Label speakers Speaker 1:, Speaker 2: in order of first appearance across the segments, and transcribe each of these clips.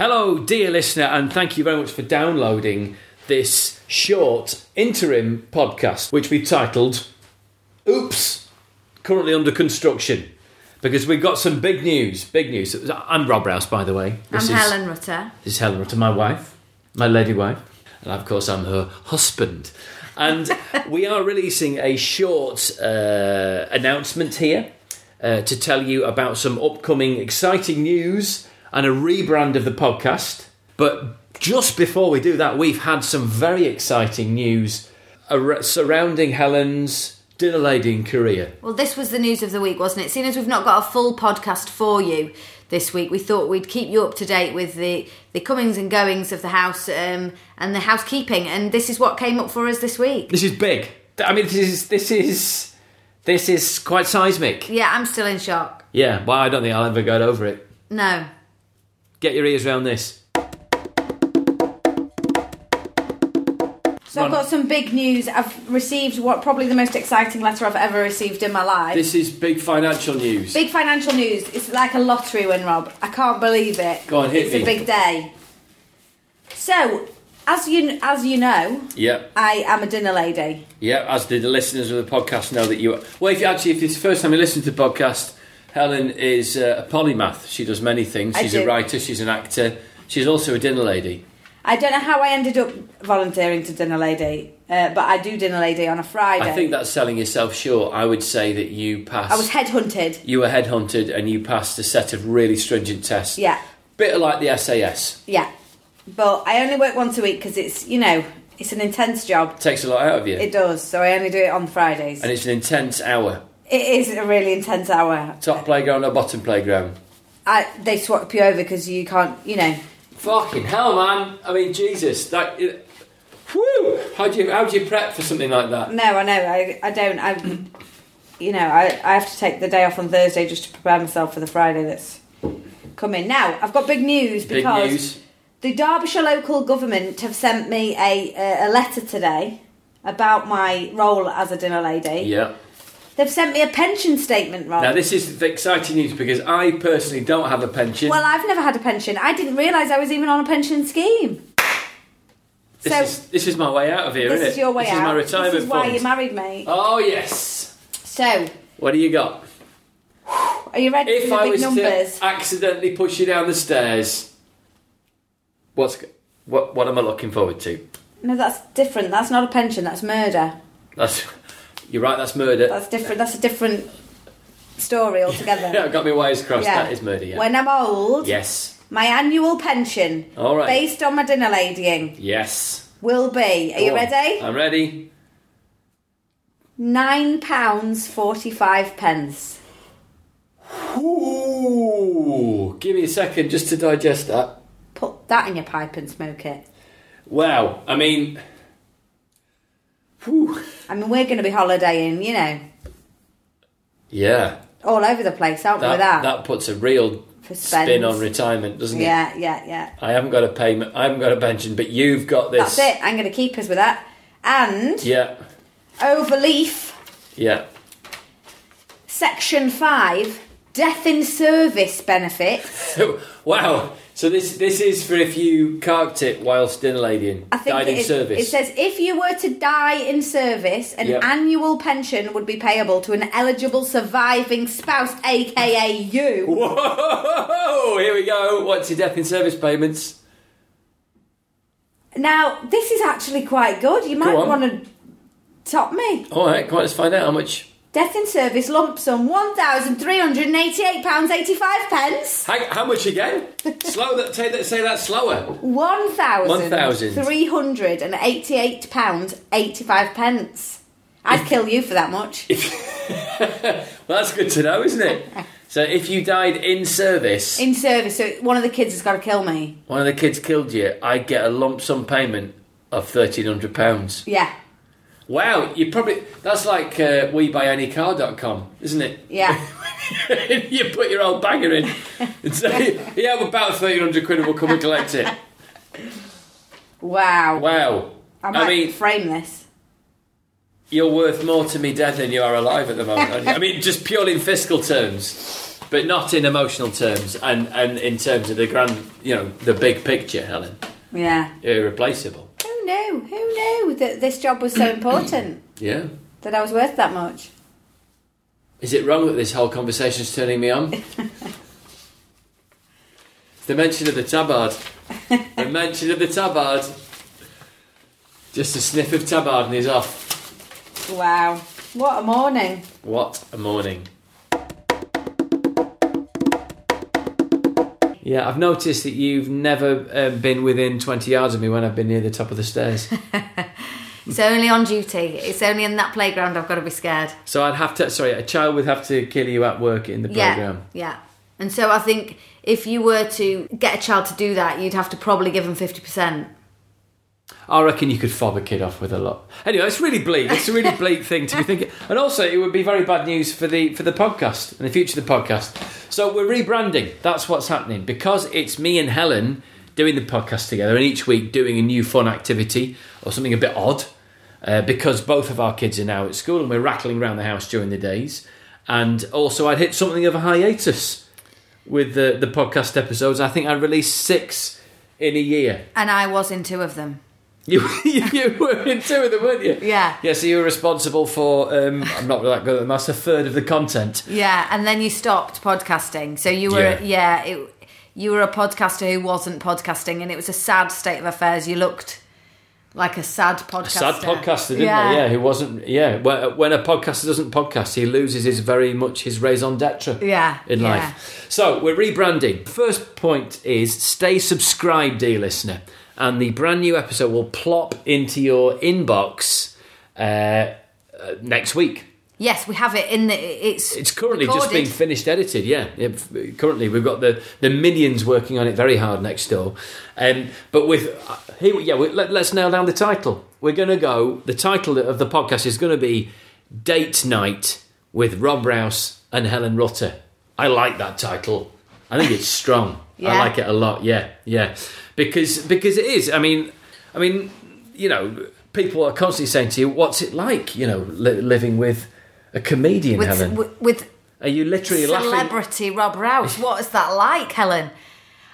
Speaker 1: Hello, dear listener, and thank you very much for downloading this short interim podcast, which we've titled Oops, currently under construction. Because we've got some big news, big news. I'm Rob Rouse, by the way.
Speaker 2: I'm
Speaker 1: This is,
Speaker 2: Helen Rutter.
Speaker 1: This is Helen Rutter, my wife, my lady wife, and of course I'm her husband. And we are releasing a short uh, announcement here uh, to tell you about some upcoming exciting news and a rebrand of the podcast. But just before we do that, we've had some very exciting news ar- surrounding Helen's dinner lady career.
Speaker 2: Well, this was the news of the week, wasn't it? Seeing as we've not got a full podcast for you this week, we thought we'd keep you up to date with the, the comings and goings of the house um, and the housekeeping. And this is what came up for us this week.
Speaker 1: This is big. I mean, this is this is this is quite seismic.
Speaker 2: Yeah, I'm still in shock.
Speaker 1: Yeah, well, I don't think I'll ever get over it.
Speaker 2: No.
Speaker 1: Get your ears round this.
Speaker 3: So I've got some big news. I've received what probably the most exciting letter I've ever received in my life.
Speaker 1: This is big financial news.
Speaker 3: big financial news. It's like a lottery win, Rob. I can't believe it.
Speaker 1: Go on, hit
Speaker 3: it's
Speaker 1: me.
Speaker 3: a big day. So, as you as you know,
Speaker 1: Yep,
Speaker 3: I am a dinner lady.
Speaker 1: yep. As did the listeners of the podcast know that you. Well, if you actually, if it's the first time you listen to the podcast, Helen is uh, a polymath. She does many things.
Speaker 3: I
Speaker 1: She's a
Speaker 3: do.
Speaker 1: writer. She's an actor. She's also a dinner lady.
Speaker 3: I don't know how I ended up volunteering to dinner lady, uh, but I do dinner lady on a Friday.
Speaker 1: I think that's selling yourself short. I would say that you passed.
Speaker 3: I was headhunted.
Speaker 1: you were headhunted and you passed a set of really stringent tests.
Speaker 3: Yeah.
Speaker 1: Bit like the SAS.
Speaker 3: Yeah, but I only work once a week because it's you know it's an intense job.
Speaker 1: Takes a lot out of you.
Speaker 3: It does, so I only do it on Fridays.
Speaker 1: and it's an intense hour.
Speaker 3: It is a really intense hour.
Speaker 1: Top playground or bottom playground?
Speaker 3: I, they swap you over because you can't, you know.
Speaker 1: Fucking hell, man! I mean, Jesus, that. It, whew! How do you how do you prep for something like that?
Speaker 3: No, I know. I, I don't. I, you know, I, I have to take the day off on Thursday just to prepare myself for the Friday that's coming. Now, I've got big news
Speaker 1: Big
Speaker 3: because
Speaker 1: news.
Speaker 3: the Derbyshire local government have sent me a uh, a, a letter today about my role as a dinner lady.
Speaker 1: Yeah.
Speaker 3: They've sent me a pension statement, Rob.
Speaker 1: Now this is the exciting news because I personally don't have a pension.
Speaker 3: well, I've never had a pension. I didn't realise I was even on a pension scheme.
Speaker 1: this
Speaker 3: so-
Speaker 1: is this is my way out of here,
Speaker 3: This
Speaker 1: not
Speaker 3: is your way
Speaker 1: this
Speaker 3: out.
Speaker 1: is my retirement
Speaker 3: This is why
Speaker 1: fund.
Speaker 3: you married me.
Speaker 1: oh yes.
Speaker 3: So,
Speaker 1: What do you got?
Speaker 3: Are you ready
Speaker 1: If
Speaker 3: for the
Speaker 1: I
Speaker 3: big
Speaker 1: was
Speaker 3: numbers?
Speaker 1: to accidentally push you down the stairs, what's what what am I looking forward to?
Speaker 3: No, that's different. That's not a pension. That's murder.
Speaker 1: That's you're right. That's murder.
Speaker 3: That's different. That's a different story altogether.
Speaker 1: yeah, I got my wires crossed. That is murder. Yeah.
Speaker 3: When I'm old,
Speaker 1: yes.
Speaker 3: my annual pension,
Speaker 1: All right.
Speaker 3: based on my dinner ladying,
Speaker 1: Yes.
Speaker 3: will be. Are you
Speaker 1: Go on.
Speaker 3: ready?
Speaker 1: I'm ready.
Speaker 3: Nine pounds forty-five pence.
Speaker 1: Ooh, give me a second just to digest that.
Speaker 3: Put that in your pipe and smoke it.
Speaker 1: Wow, I mean, whew.
Speaker 3: I mean, we're going to be holidaying, you know,
Speaker 1: yeah,
Speaker 3: all over the place, aren't we?
Speaker 1: that,
Speaker 3: with That.
Speaker 1: that puts a real
Speaker 3: Suspense.
Speaker 1: spin on retirement, doesn't it?
Speaker 3: yeah, yeah, yeah.
Speaker 1: I haven't got a payment. I haven't got a pension, but you've got this.
Speaker 3: That's it. I'm going to keep us with that. And
Speaker 1: Yeah,
Speaker 3: overleaf.
Speaker 1: yeah.
Speaker 3: Section 5 Death in Service Benefits.
Speaker 1: So, wow. So this this is for if you carked it whilst dinner ladying,
Speaker 3: I think
Speaker 1: died
Speaker 3: it,
Speaker 1: in
Speaker 3: is-
Speaker 1: service.
Speaker 3: it says if you were to die in service, an
Speaker 1: Yep.
Speaker 3: annual pension would be payable to an eligible surviving spouse, aka you.
Speaker 1: Whoa! Here we go. What's your death in service payments?
Speaker 3: Now, this is actually quite good. You might
Speaker 1: on.
Speaker 3: want to top me.
Speaker 1: All right, quite. Let's find out how much.
Speaker 3: Death in service lump sum £1,388.85.
Speaker 1: How, how much again? Slow that. Say that. Say that slower.
Speaker 3: £1,388.85. I'd kill you for that much.
Speaker 1: well, that's good to know, isn't it? So, if you died in service,
Speaker 3: in service, so one of the kids has got to kill me.
Speaker 1: one of the kids killed you, I'd get a lump sum payment of thirteen hundred pounds.
Speaker 3: Yeah,
Speaker 1: Wow, you probably that's like uh, webuyanycar.com, isn't it?
Speaker 3: yeah.
Speaker 1: you put your old banger in and say, "Yeah, about thirteen hundred quid, and we'll come and collect it."
Speaker 3: Wow.
Speaker 1: Wow,
Speaker 3: I might
Speaker 1: I mean,
Speaker 3: frame this.
Speaker 1: you're worth more to me dead than you are alive at the moment. aren't you? I mean, just purely in fiscal terms. but not in emotional terms, and and in terms of the grand, you know, the big picture, Helen,
Speaker 4: Yeah.
Speaker 1: irreplaceable.
Speaker 4: Who knew? Who knew that this job was so important?
Speaker 1: Yeah.
Speaker 4: that I was worth that much.
Speaker 1: Is it wrong that this whole conversation's turning me on? the mention of the tabard. The mention of the tabard. Just a sniff of tabard and he's off.
Speaker 4: Wow. What a morning.
Speaker 1: What a morning. Yeah, I've noticed that you've never uh, been within 20 yards of me when I've been near the top of the stairs.
Speaker 3: It's only on duty. It's only in that playground I've got to be scared.
Speaker 1: so I'd have to, sorry, a child would have to kill you at work in the
Speaker 3: Yeah.
Speaker 1: program.
Speaker 3: Yeah. And so I think if you were to get a child to do that, you'd have to probably give them 50%.
Speaker 1: I reckon you could fob a kid off with a lot. Anyway, it's really bleak. It's a really bleak thing to be thinking. And also, it would be very bad news for the for the podcast and the future of the podcast. So we're rebranding. That's what's happening because it's me and Helen doing the podcast together, and each week doing a new fun activity or something a bit odd. Uh, because both of our kids are now at school, and we're rattling around the house during the days. And also, I'd hit something of a hiatus with the the podcast episodes. I think I released six in a year.
Speaker 3: And I was in two of them.
Speaker 1: You, you, you were in two of them, weren't you?
Speaker 3: Yeah.
Speaker 1: Yeah, so you were responsible for, um, I'm not that good at the maths, a third of the content.
Speaker 3: Yeah. And then you stopped podcasting. So you were, yeah, it, you were a podcaster who wasn't podcasting. And it was a sad state of affairs. You looked like a sad podcaster.
Speaker 1: Sad podcaster, didn't they? Yeah, who wasn't, yeah. When when a podcaster doesn't podcast, he loses his very much his raison d'etre
Speaker 3: Yeah,
Speaker 1: in
Speaker 3: yeah.
Speaker 1: life. So we're rebranding. First point is stay subscribed, dear listener. And the brand new episode will plop into your inbox uh, uh, next week.
Speaker 3: Yes, we have it in the, it's,
Speaker 1: It's currently just
Speaker 3: recorded.
Speaker 1: being finished edited, yeah. Yeah, f- Currently, we've got the, the minions working on it very hard next door. Um, but with uh, here, we- yeah, we, let, let's nail down the title. We're going to go. The title of the podcast is going to be "Date Night with Rob Rouse and Helen Rutter." I like that title. I think it's strong. I
Speaker 3: Yeah.
Speaker 1: like it a lot. Yeah, yeah, because because it is. I mean, I mean, you know, people are constantly saying to you, "What's it like?" You know, li- living with. A comedian,
Speaker 3: with,
Speaker 1: Helen.
Speaker 3: with, with
Speaker 1: Are you literally laughing?
Speaker 3: celebrity Rob Rouse. What is that like, Helen?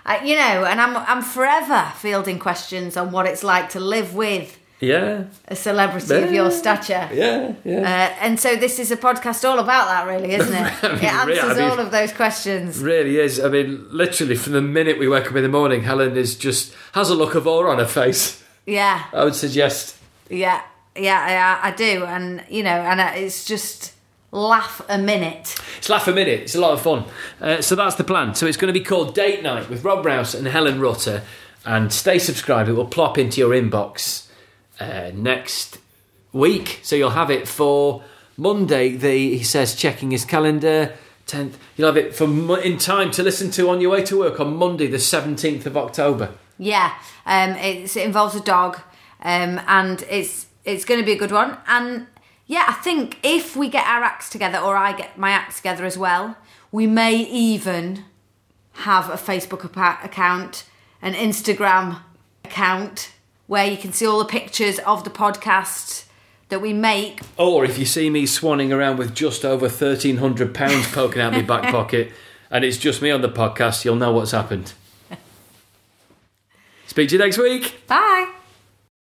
Speaker 3: Uh, you know, and I'm I'm forever fielding questions on what it's like to live with
Speaker 1: Yeah,
Speaker 3: a celebrity of your stature.
Speaker 1: yeah,
Speaker 3: Uh,
Speaker 1: yeah.
Speaker 3: and so this is a podcast all about that, really, isn't it?
Speaker 1: mean,
Speaker 3: It answers
Speaker 1: really, I mean-
Speaker 3: all of those questions.
Speaker 1: really is. I mean, literally, from the minute we wake up in the morning, Helen is just has a look of awe on her face.
Speaker 3: Yeah,
Speaker 1: I would suggest.
Speaker 3: yeah, yeah, I, I do, and you know, and uh, it's just laugh a minute.
Speaker 1: It's laugh a minute. It's a lot of fun. Uh, so that's the plan. So it's going to be called Date Night with Rob Rouse and Helen Rutter. And stay subscribed. It will plop into your inbox uh, next week. So you'll have it for Monday. The he says checking his calendar. Tenth. You'll have it for mo- in time to listen to on your way to work on Monday, the seventeenth of October.
Speaker 3: Yeah, um, it's, it involves a dog, um, and it's it's going to be a good one. And yeah, I think if we get our acts together, or I get my acts together as well, we may even have a Facebook apa- account, an Instagram account, where you can see all the pictures of the podcast that we make.
Speaker 1: Or if you see me swanning around with just over thirteen hundred pounds poking out my back pocket, and it's just me on the podcast, you'll know what's happened. Speak to you next week.
Speaker 3: Bye.